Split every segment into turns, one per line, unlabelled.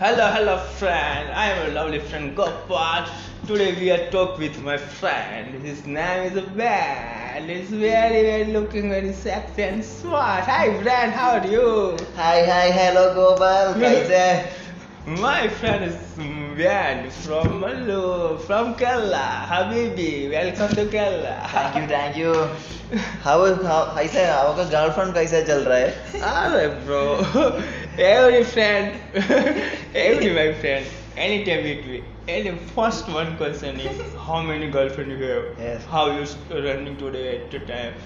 Hello, hello, friend. I am your lovely friend Gopal. Today we are talk with my friend. His name is Ben. He's very, very looking very sexy and smart. Hi, friend. How are you?
Hi hi hello Gopal कैसे है?
My friend is Ben from Mallu, from Kerala. Habibi, welcome to
thank
Kerala.
You thank you how how कैसे है? आपका girlfriend कैसा चल रहा है
Alright, bro. Every friend, every my friend, anytime it be. And the first one question is how many girlfriend you have?
Yes.
How you s- running today at the time?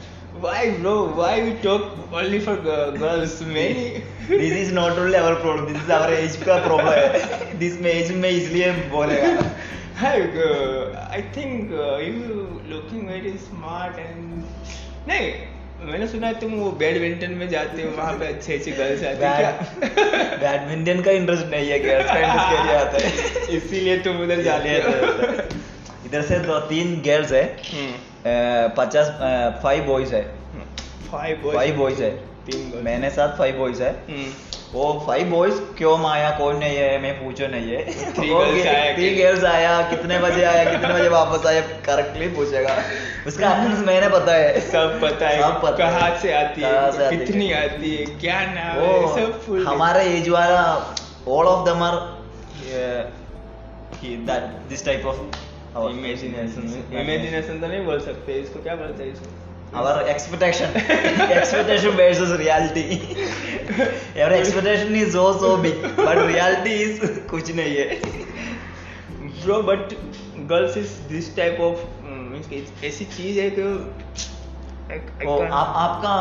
Why, bro? Why we talk only for gi- girls? Many.
This is not only our problem this is our age का problem है this में age में इसलिए बोलेगा
Hey, uh, I think uh, you looking very smart and नहीं मैंने सुना है तुम वो बैडमिंटन में जाते हो वहाँ पे अच्छे अच्छे गर्ल्स आती हैं क्या
बैडमिंटन का इंटरेस्ट नहीं है गर्लफ्रेंड उसके लिए आता है
इसीलिए तुम उधर जाते
इसलिए
हो
तो- इधर से दो तीन गर्ल्स है
फाइव
पचास फाइव बॉयज है
हम्म। बॉय
फाइव बॉयज है
तीन बॉय
मैंने साथ फाइव बॉयज है
हम्म,
वो फाइव बॉयज क्यों माया कौन नहीं है मैं पूछो नहीं है
Three
वो
girls
गे-
आया
three
कि-
girls आया कितने बजे आया कितने बजे वापस आया करेक्टली पूछेगा उसका आंसर मैंने पता है
सब पता है
सब पता है।
कहाँ से आती
कहाँ से
है
आती है।
कितनी आती है क्या नाम
वो
है सब फुल
हमारा एज वाला all of them are that this type of
imagination imagination तो नहीं बोल सकते इसको क्या बोलते हैं इसको
our expectation expectation versus reality our expectation is so so big but reality is कुछ नहीं है
bro but girls is this type of means mm, कि ऐसी चीज है कि I- I
वो
can't-
तो आप आपका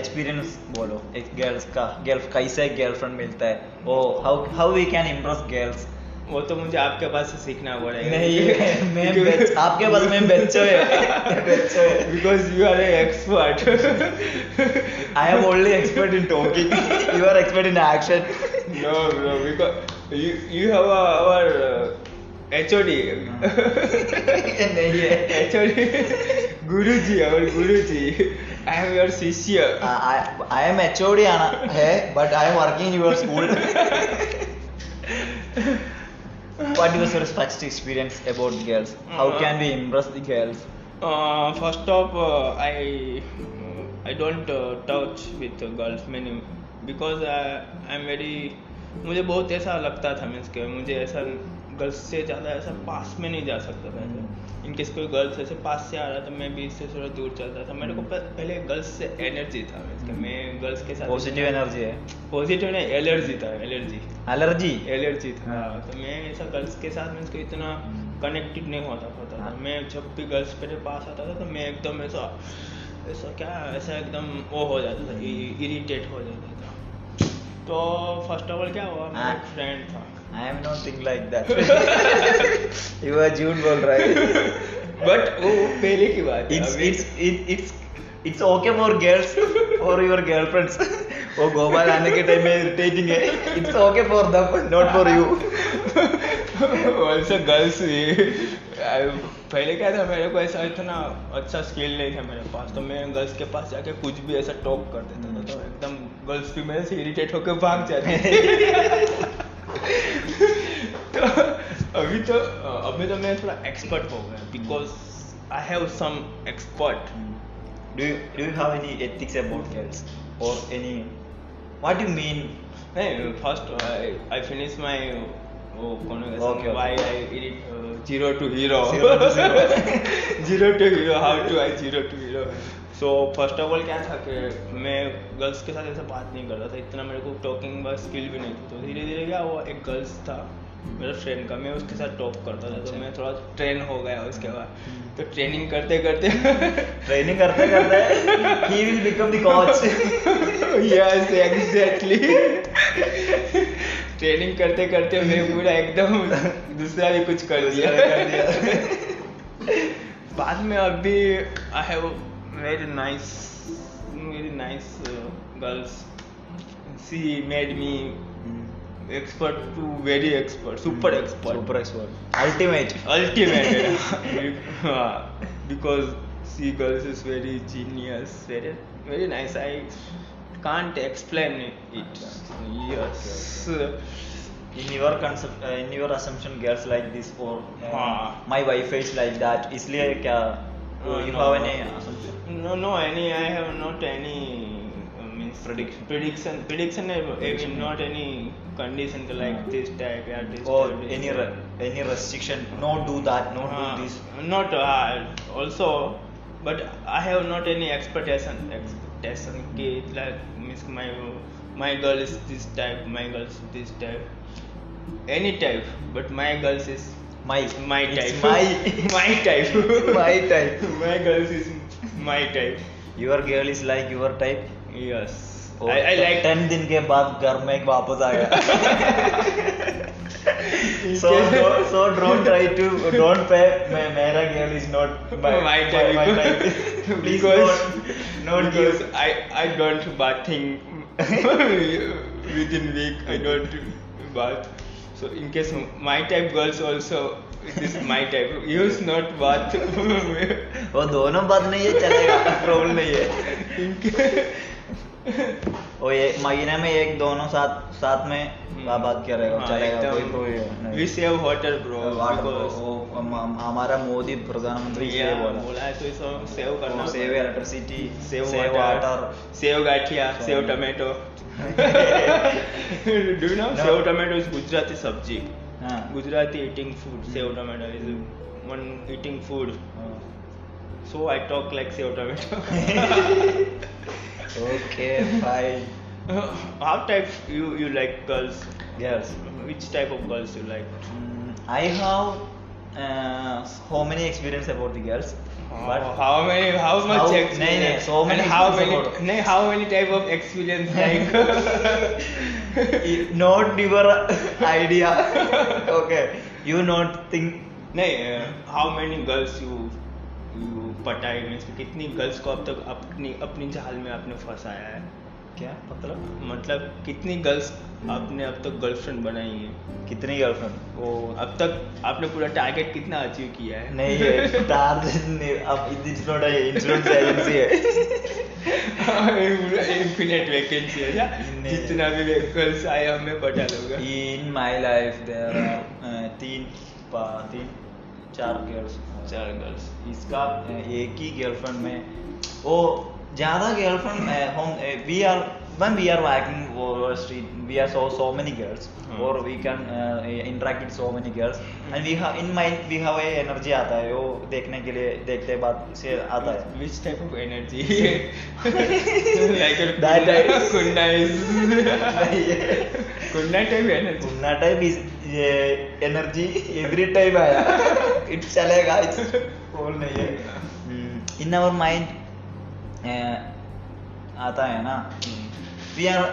एक्सपीरियंस बोलो एक गर्ल्स का गर्ल कैसे गर्लफ्रेंड मिलता है Oh, oh how how we can impress girls
वो तो मुझे आपके पास से सीखना पड़ेगा
नहीं मैं बेच- आपके पास मैं बच्चों है बच्चों है
because you are an expert
I am only expert in talking you are expert in action
No, bro, because you you have a, our uh, HOD,
Mm. नहीं है
HOD, Guruji, our Guruji. I am your Shishya.
I am H O D ആണ് hey but I am working in your school what your your first experience about girls how can be impress the girls
Uh, first of uh, I I don't uh, touch with the girls many because uh, I'm very मुझे बहुत ऐसा लगता था means के मुझे ऐसा girls से ज़्यादा ऐसा पास में नहीं जा सकता था ऐसे इनकेस कोई गर्ल्स ऐसे पास से आ रहा था मैं भी इससे थोड़ा दूर चलता था मेरे को प- पहले गर्ल्स से एनर्जी था मीन्स के मैं गर्ल्स के साथ
പോസിറ്റീവ് എനർജി
पॉजिटिव नहीं एलर्जी था एलर्जी
അലർജി
एलर्जी था
हाँ।
तो मैं ऐसा गर्ल्स के साथ मीन्स को इतना कनेक्टेड नहीं होता होता था
हाँ।
मैं जब भी गर्ल्स मेरे पास आता था तो मैं एकदम ऐसा ऐसा क्या ऐसा एकदम वो हो जाता था इरिटेट हो जाता था तो फर्स्ट ऑफ ऑल क्या हुआ मेरा
हाँ।
एक फ्रेंड था
I am not think like that you are जून बोल रहा है
बट वो पहले की बात है
इट्स
अभी-
it's it's it's okay for girls for your girlfriends वो गोपाल आने के टाइम में इरिटेटिंग है it's okay for them not for you
वैसे गर्ल्स पहले क्या था मेरे को ऐसा इतना अच्छा स्किल नहीं था मेरे पास तो मैं गर्ल्स के पास जाके कुछ भी ऐसा टॉक कर देता था तो एकदम गर्ल्स भी मेरे से इरिटेट होकर भाग जाती थी। तो अभी तो अभी तो मैं थोड़ा एक्सपर्ट हो गया because I have some expert
Do you do you have any ethics about girls or any? What do you mean?
नहीं फर्स्ट आई फिनिश माय वो
Okay,
conversation
okay.
Why I zero to hero
Zero to
zero to hero how to I zero to hero so first of all क्या था कि मैं girls के साथ ऐसा बात नहीं करता था इतना मेरे को टॉकिंग का स्किल भी नहीं थी तो धीरे धीरे क्या हुआ एक गर्ल्स था मेरा फ्रेंड का मैं उसके साथ टॉक करता था तो
अच्छा। हम्म।
मैं थोड़ा ट्रेन हो गया उसके बाद तो ट्रेनिंग करते करते
Training करते करते he will become the coach.
Yes exactly training करते करते मैं पूरा एकदम दूसरा भी कुछ कर दिया बाद में अभी I have very nice very nice girls C made me expert to very expert super expert
Hmm. Super expert. Ultimate.
ultimate because see girls is very genius very very nice i can't explain it yes
in your concept uh, in your assumption girls like this or uh,
हाँ.
my wife is like that इसलिए क्या
Uh,
you
no.
have any assumption
No, no, any. I have not any uh, means
Prediction.
Prediction, prediction. I, I mean,
Prediction.
not any condition
Ah.
like this type, yeah, this
or
type, this
any
type.
re- any restriction no do that no
Ah,
do this
Not uh, also, but I have not any expectation. Expectation कि like means my my girl is this type, my girl is this type, any type. But my girl is
my
my
it's
type.
my
my type.
my type
my girl is my type.
your girl is like your type Oh,
Yes.
और
I, I like.
Ten दिन के बाद घर में वापस आ गया so don't, so don't try to don't pay my mera girl is not my
my type.
my type. please
because
don't, don't
because
give
I I don't bathing within week. I don't bath. So in case my type girls also it is my type. Use not bath.
वो दोनों बात नहीं है चलेगा problem नहीं है
In ca-
वो एक महीने में एक दोनों साथ साथ में
हम्म।
बात क्या रहेगा
हाँ,
चलेगा कोई
एकदम।
प्रॉब्लम नहीं
Ah, We save water, bro. Oh,
water
because
वो हम- हम- हमारा मोदी प्रधानमंत्री इसलिए
Yeah,
बोला
बोला है तो इसको Oh, save करना
save electricity
save
save
water
water
save gathiya sev
Sorry.
Tomato do you know
No.
Sev tomato is Gujarati sabzi
हाँ
Gujarati eating food sev tomato is one eating food so I talk like sev tomato
okay fine
how type you you like girls
girls
which type of girls you like
Mm, I have uh, so many experience about the girls,
हाँ,
but
how many how much
Oh. How-
experience
नहीं, नहीं, so
And
many
how
experience
many
about-
नहीं how many type of experience like
i- not your idea. okay, you not think
नहीं uh, how many girls you you पटाई means कितनी girls को अब तक अपनी अपनी जाल में आपने फंसाया है
क्या मतलब
मतलब कितनी गर्ल्स आपने अब तक गर्लफ्रेंड बनाई है
कितनी गर्लफ्रेंड
वो अब तक आपने पूरा टारगेट कितना अचीव किया है
नहीं तो- है टारगेट नहीं अब इट्स नॉट है इंश्योरेंस एजेंसी है
इन्फिनेट वैकेंसी है ना
नहीं।
जितना भी गर्ल्स आए हमें पटा लोगे
in my life there are uh, तीन पा- तीन चार girls
चार गर्ल्स
इसका अ, एक ही गर्लफ्रेंड में वो ज्यादा गर्लफ्रेंड हम we are when we are walking over a street we are so so many girls
Hmm.
or we can uh, interact with so many girls and we have in mind we have a energy आता है वो देखने के लिए देखते बात से आता है
Which type of energy? like a
That
kunna,
I-
kunna is
नहीं,
kunna type energy.
घूमना टाइप ये एनर्जी एवरी टाइम आया इट चलेगा इट्स बोल नहीं है इन आवर माइंड आता है ना we are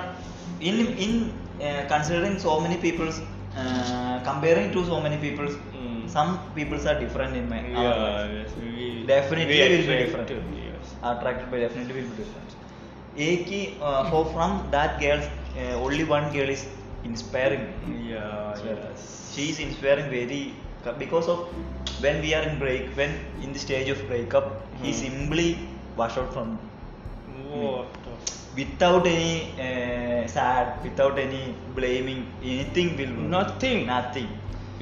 in in uh, considering so many people's uh, comparing to so many people's
Mm.
some people's are different in my our lives.
Yeah, yes, we
Definitely
we
will be
attract
different.
to- Yes.
attracted by definitely will be different एक ही uh, so from that girl uh, only one girl is inspiring me.
Mm. Yeah, yes.
she is inspiring very because of when we are in break when in the stage of breakup he
Mm.
simply wash out from Hmm.
What?
without any uh, sad without any blaming anything will do.
Nothing.
nothing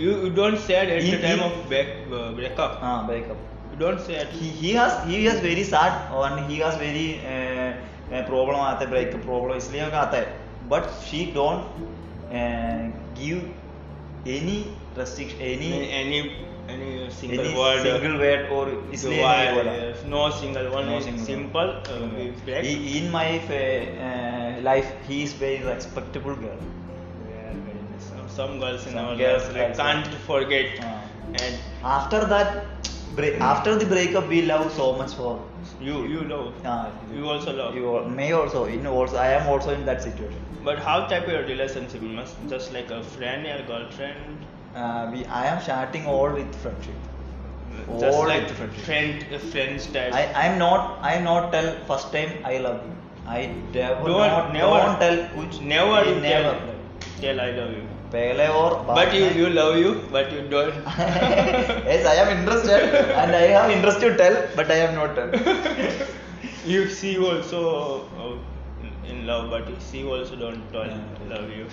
You, you don't sad at
He-
the time
he-
of back, uh, breakup.
ah breakup
You don't sad.
he he has he has very sad and he has very uh, uh, problem आता है breakup problem इसलिए उनका आता है but she don't uh, give any restriction any
any any, any single
any
word. uh,
single word or इसलिए
word,
नहीं बोला
yes. No single one.
No
is
single one.
simple. Uh, we break.
He, in my uh, life he is very respectable girl
Yeah, very nice. Some- Some girls in
Some
our
girls
life like,
like
can't forget.
Ah.
And
after that break, after the breakup we love so much for
you, you love.
uh,
You also love.
you all- may also in also I am also in that situation
But how type of relationship? Must just like a friend or girlfriend?
uh, we I am starting all with friendship
just
All
like
different.
friend, uh, friends type.
I I am not I am not tell first time I love you I never
Don't-
not,
never.
don't tell which
never
I
you
never
Tell, tell I love you.
पहले और बाद
But you,
में-
you love you, but you don't.
yes I am interested and I have interest to tell but I am not tell
You see also uh, in- in love, but she also don't tell,
Yeah.
love you.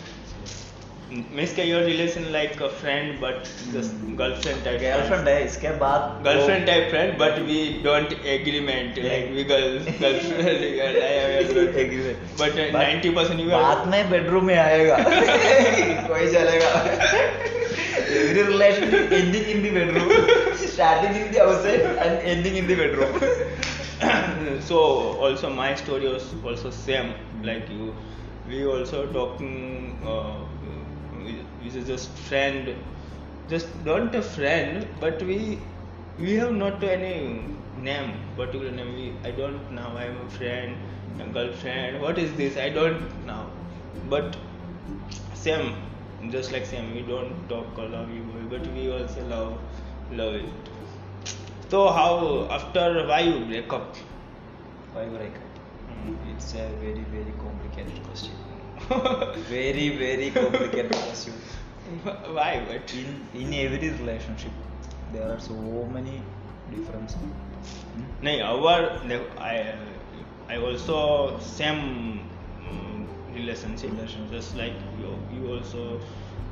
Means के your relation like a friend but
Hmm.
Girlfriend type
girlfriend है इसके बाद
girlfriend type friend but we don't agreement like we girl girlfriend I have but 90% uh, you are
बाद में bedroom में आएगा कोई चलेगा every relation ending in the bedroom starting in the outside and ending in the bedroom
so also my story was also same like you we also talking uh, we is just friend just not a friend but we we have not any name particular name we i don't know i am a friend a girlfriend what is this i don't know but same just like same we don't talk or love you but we also love love it so how after why you break up
Why break up? It's a very very complicated question. very very complicated question.
why but
In in every relationship, there are so many differences. Hmm?
no our like, i i also same um, relationship just like you, you also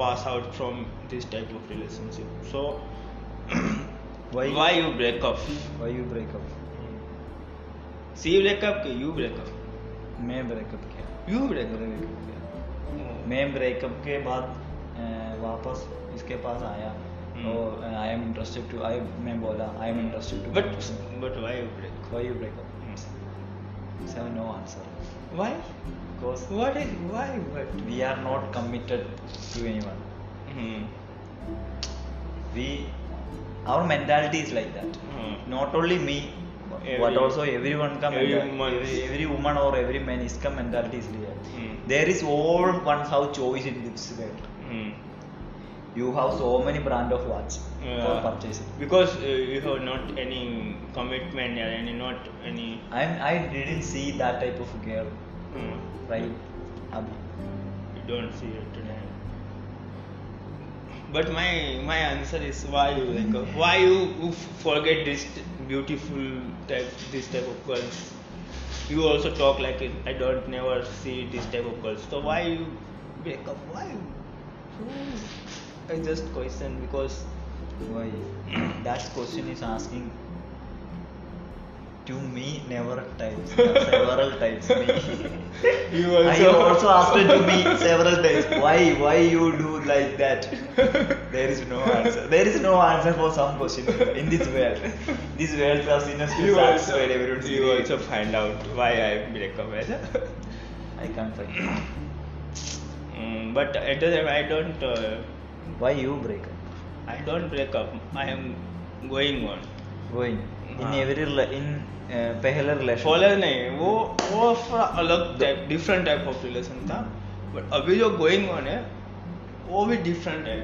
pass out from this type of relationship so
Why
why you break up
why you break up?
see you break up कि you break up
मैं breakup किया.
you break up
breakup किया.
Oh.
मैं breakup के बाद अ, वापस इसके पास आया
हम्म।
और eh, I am interested to I मैं बोला I am interested to
Hmm. but Hmm. but why you break
why you breakup so no answer
why
because
what is why what
we are not committed to anyone
hmm.
We our mentality is like that
Hmm.
Not only me but
Every-
also every one का
everyone.
Every woman और every man इसका mentality इसलिए
Hmm.
There is all one how choice in this world
Hmm.
You have so many brand of watch for
Yeah.
Purchasing
because uh, you have not any commitment or any not any
I'm, I didn't see that type of girl,
hmm,
right? Abhi.
you don't see it today but my my answer is why you like uh, why you, you forget this t- beautiful type this type of girls you also talk like it, i don't never see this type of girls so why you break up why Hmm. i just question because
Why? that question is asking to me never times, several times. Me.
you
I also asked it to me several times. Why? Why you do like that? There is no answer. There is no answer for some question in this world. These worlds are sinners to
you also,
satisfied everyone's
you
needs.
also find out why I break up with her.
I can't find.
Mm, but at the time I don't uh,
Why you break up?
I don't break up I am going on
Going in
हाँ.
every rela- in uh, पहले relation.
फॉलर नहीं वो वो थोड़ा अलग type different type of relation था but अभी जो गोइंग ऑन है वो भी डिफरेंट है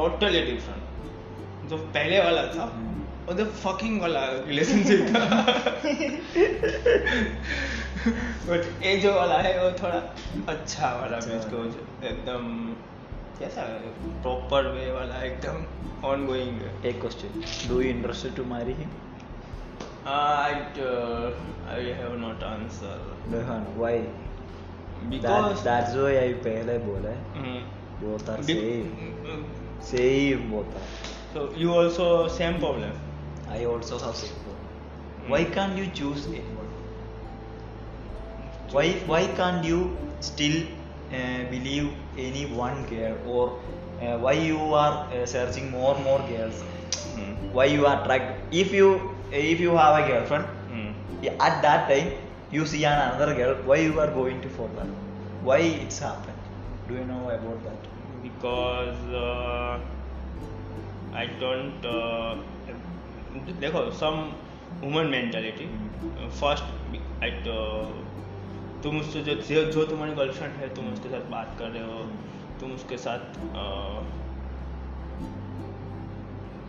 टोटली डिफरेंट जो पहले वाला था
Hmm.
और जो फकिंग वाला रिलेशनशिप था बट ये जो वाला है वो थोड़ा अच्छा वाला
अच्छा
मीन्स को एकदम कैसा प्रॉपर वे वाला एकदम ऑन गोइंग है
A question. Do you interested to marry him?
I I have not answer
No, no. Why? That,
because
that's why I पहले बोला है.
Hmm.
Both are same.
so
Same both are.
Hmm. you also same problem
I also have same. problem. Why can't you choose anyone? Why why can't you still uh, believe any one girl or uh, why you are uh, searching more more girls?
Hmm.
Why you are attracted? If you if you have a girlfriend,
Hmm.
Yeah, at that time you see an another girl why you are going to for that why it's happened do you know about that
because uh, i don't uh, देखो some woman mentality first i uh, तुम उससे जो जो जो तुम्हारी girlfriend है तुम उसके साथ बात कर रहे हो तुम उसके साथ uh,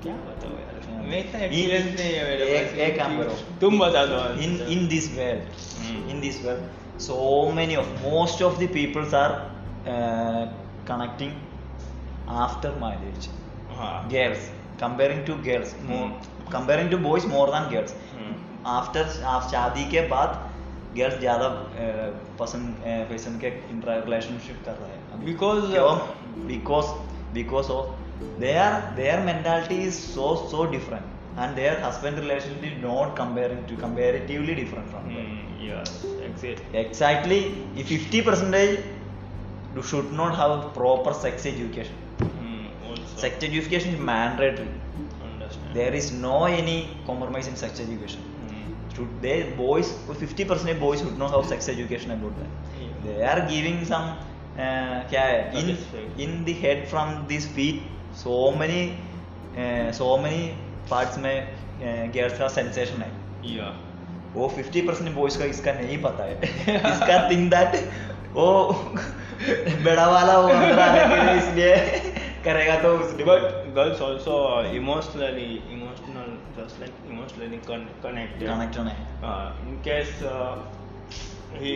क्या बताओ यार मैं इतना
ये-
एक्सपीरियंस नहीं है मेरे
एक-
पास
एक काम
कि
करो।
तुम बता दो
in
answer.
in this world
Mm.
in this world so many of most of the peoples are uh, connecting after marriage
हाँ
girls comparing to girls more
Mm.
comparing to boys more than girls
हम्म,
after आप शादी के बाद girls ज़्यादा eh, पसंद fashion के relationship कर रहे हैं
Because-
क्यों because because of their their mentality is so so different and their husband relationship not comparing to comparatively different from
Mm, yes, exactly.
exactly if 50 percentage you should not have proper sex education
Mm, also
sex education is mandatory
understand.
there is no any compromise in sex education
Mm,
should they boys 50 percent boys should not have sex education about that
yeah.
they are giving some uh, kya hai, in,
Satisfaction.
in the head from these feet so many uh, so many parts में uh, girls का sensation है
Yeah.
वो fifty percent boys का इसका नहीं पता है इसका थिंक दैट वो बड़ा वाला वो अंदर आने के लिए इसलिए करेगा तो उसके बाद
But girls also are emotionally, emotional, just like emotionally con- connected.
Connect होना है
Uh, in case uh, he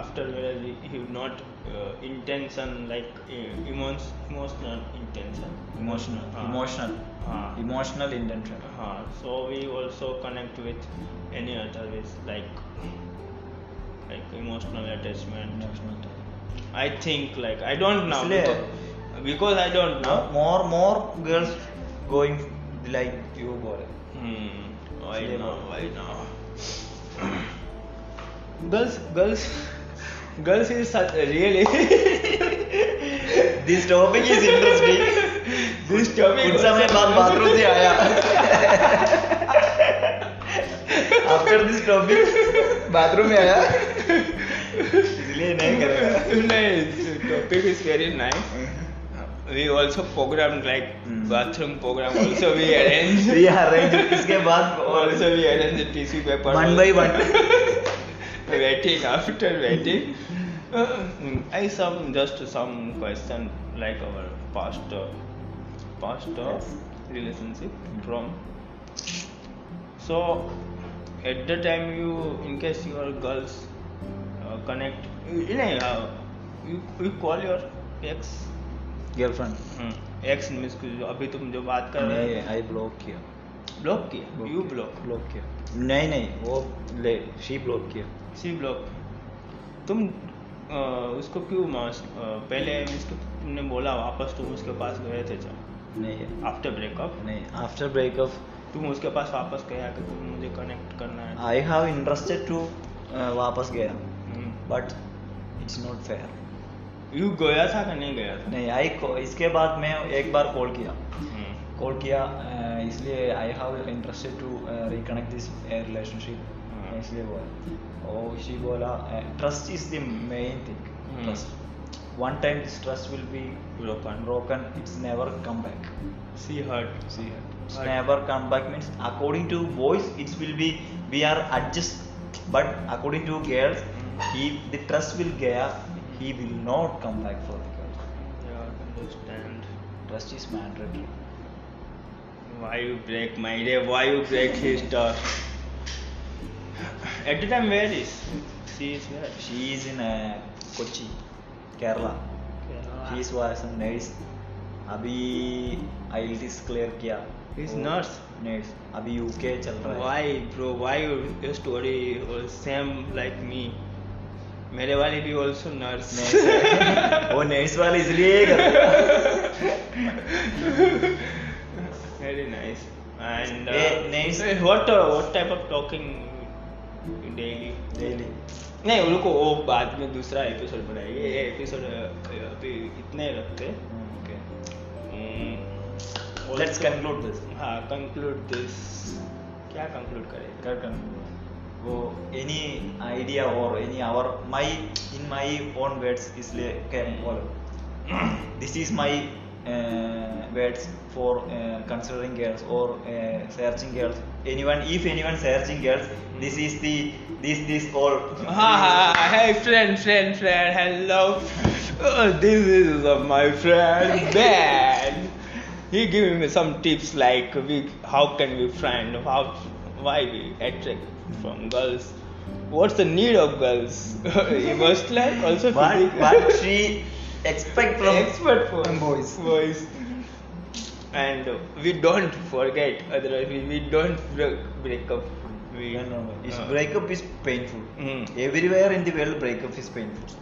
after marriage he, he not uh, intention like uh, emo- emotional intention.
Emotional
Uh,
emotional
uh,
emotional intention
uh, so we also connect with any other with like like emotional attachment. I think like I don't know
इसलिए-
because, because I don't know.
More more girls going like you बोले
Hmm. I
इसलिए
know.
बोल-
I know. girls, girls, girls is such really.
This topic is interesting
this topic.
कुछ समय बाद bathroom से आया after this topic bathroom में आया इसलिए नहीं करेगा
nice. Topic is very nice. We also program like
Hmm.
bathroom program. Also we arrange.
ये अरेंज इसके बाद और
also we arrange the tissue paper.
One by one
waiting after waiting Uh, i some just some question like our past uh, past uh,
Yes.
relationship from so at the time you in case your girls uh, connect you, you know, uh, you, you call your ex
girlfriend
hmm, ex means कि जो अभी तुम जो बात कर रहे हो
I block किया
ब्लॉक किया यू ब्लॉक
ब्लॉक किया नहीं नहीं वो ले शी ब्लॉक किया
सी ब्लॉक तुम अ, उसको क्यों मास अ, पहले इसको तुमने बोला वापस तुम उसके पास गए थे जब
नहीं
आफ्टर ब्रेकअप
नहीं आफ्टर ब्रेकअप
तुम उसके पास वापस गया कि तुम मुझे कनेक्ट करना है
I have interested to uh, वापस गया but it's not fair
you hmm. गया था कि नहीं गया था
नहीं आई इसके बाद मैं एक बार कॉल किया
हम्म।
कॉल किया अह, इसलिए I have interested to reconnect this relationship
हाँ।
इसलिए बोला और शी बोला uh, trust is the main thing
hmm.
Trust one time this trust will be
broken
broken it's never come back
see hurt
see it's
Right.
never come back means according to boys it will be we are adjust but according to girls
Hmm.
he the trust will get he will not come back for the girl
understand
trust is mandatory
Why you break my day? Why you break his door? At the time, where is she? Is where?
she is in uh, kochi kerala
Ah.
she is was a nurse अभी IELTS clear किया
She's
और-
nurse?
Oh, nurse अभी uk चल रहा है
why bro why your your story was same like me मेरे वाली भी also nurse
Nurse- वो Oh, nurse वाले इसलिए कर
very nice and uh,
Eh, nice.
eh, what uh, what type of talking you daily
daily
नहीं उनको वो बाद में दूसरा एपिसोड बनाएंगे ये एपिसोड अभी इतने रखते
okay
Hmm.
let's
Also-
conclude this
हाँ कंक्लूड दिस क्या कंक्लूड करें
Cut and go. Any idea or any our my in my own words is like can follow. this is my uh, words for uh, considering girls or uh, searching girls. Anyone, if anyone searching girls, this is the this this all.
Ah, hey friend, friend, friend, hello. Oh, this is uh, my friend Ben. He giving me some tips like we, how can we friend, how, why we attract from girls, what's the need of girls, emotional, also
What
physical.
what she expect from
Expert for
boys.
Boys. And uh, we don't forget, otherwise we, we don't break, break up. We,
No, no, no. It's
uh,
breakup is painful.
Mm.
Everywhere in the world, breakup is painful.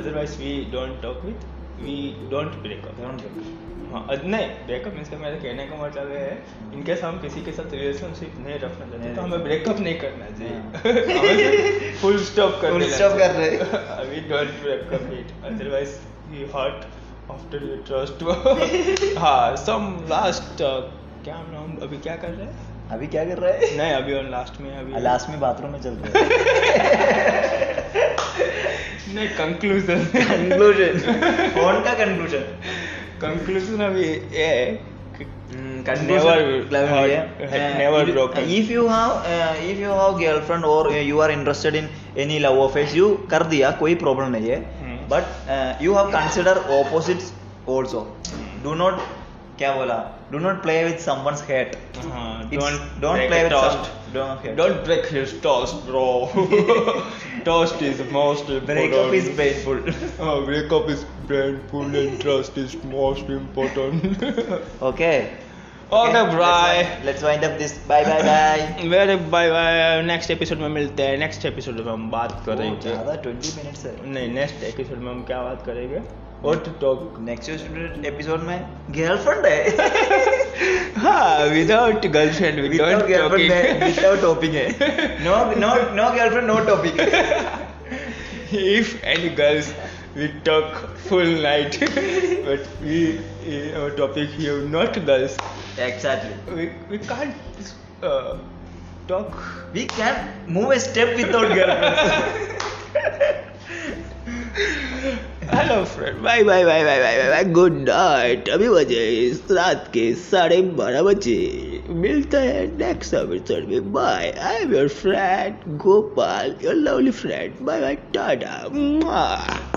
otherwise we don't talk with we don't break up
Don't break.
हाँ अद- नहीं breakup means मेरे कहने का मतलब ये है in case हम किसी के साथ रिलेशनशिप नहीं रखना चाहते
नहीं
तो हमें
रखना।
ब्रेकअप नहीं करना
हाँ।
चाहिए फुल स्टॉप कर
Full stop कर रहे।
अभी don't breakup it otherwise you hurt after you trust हाँ सम लास्ट क्या हम हम अभी क्या कर रहे हैं
अभी क्या कर रहा है
नहीं अभी ऑन लास्ट में अभी
लास्ट हाँ, में बाथरूम में चल रहा है
नहीं कंक्लूजन
कंक्लूजन फोन का कंक्लूजन
कंक्लूजन अभी ये है कि Never had- had Hmm, never broken.
If you have if you have girlfriend और you are interested in any love affairs you कर दिया कोई प्रॉब्लम नहीं है
Hmm.
But you have consider opposites also
Hmm.
Do not क्या बोला do not play with someone's hate
हाँ
don't don't play with don't
Don't break his toast, bro. toast is most important.
Breakup is painful.
Oh, breakup is painful and trust is most important. okay,
Okay.
bye.
Let's wind up this. Bye bye bye.
Very bye bye next episode में मिलते हैं next episode में हम बात करेंगे
ज्यादा 20 minutes है
नहीं नेक्स्ट एपिसोड में हम क्या बात करेंगे what to talk
next episode में गर्लफ्रेंड है
हाँ without girlfriend
without
without
girlfriend है
टॉकिंग
विदाउट टॉपिक है no no no girlfriend no topic
if any girls we talk full night but we in our topic here not girls
exactly
we, we can't uh, talk
we can move a step without girlfriend
hello friend bye bye bye bye bye bye good night अभी बजे इस रात के साढ़े बारह बजे मिलते हैं नेक्स्ट एपिसोड में bye I am your friend Gopal your lovely friend bye bye Tata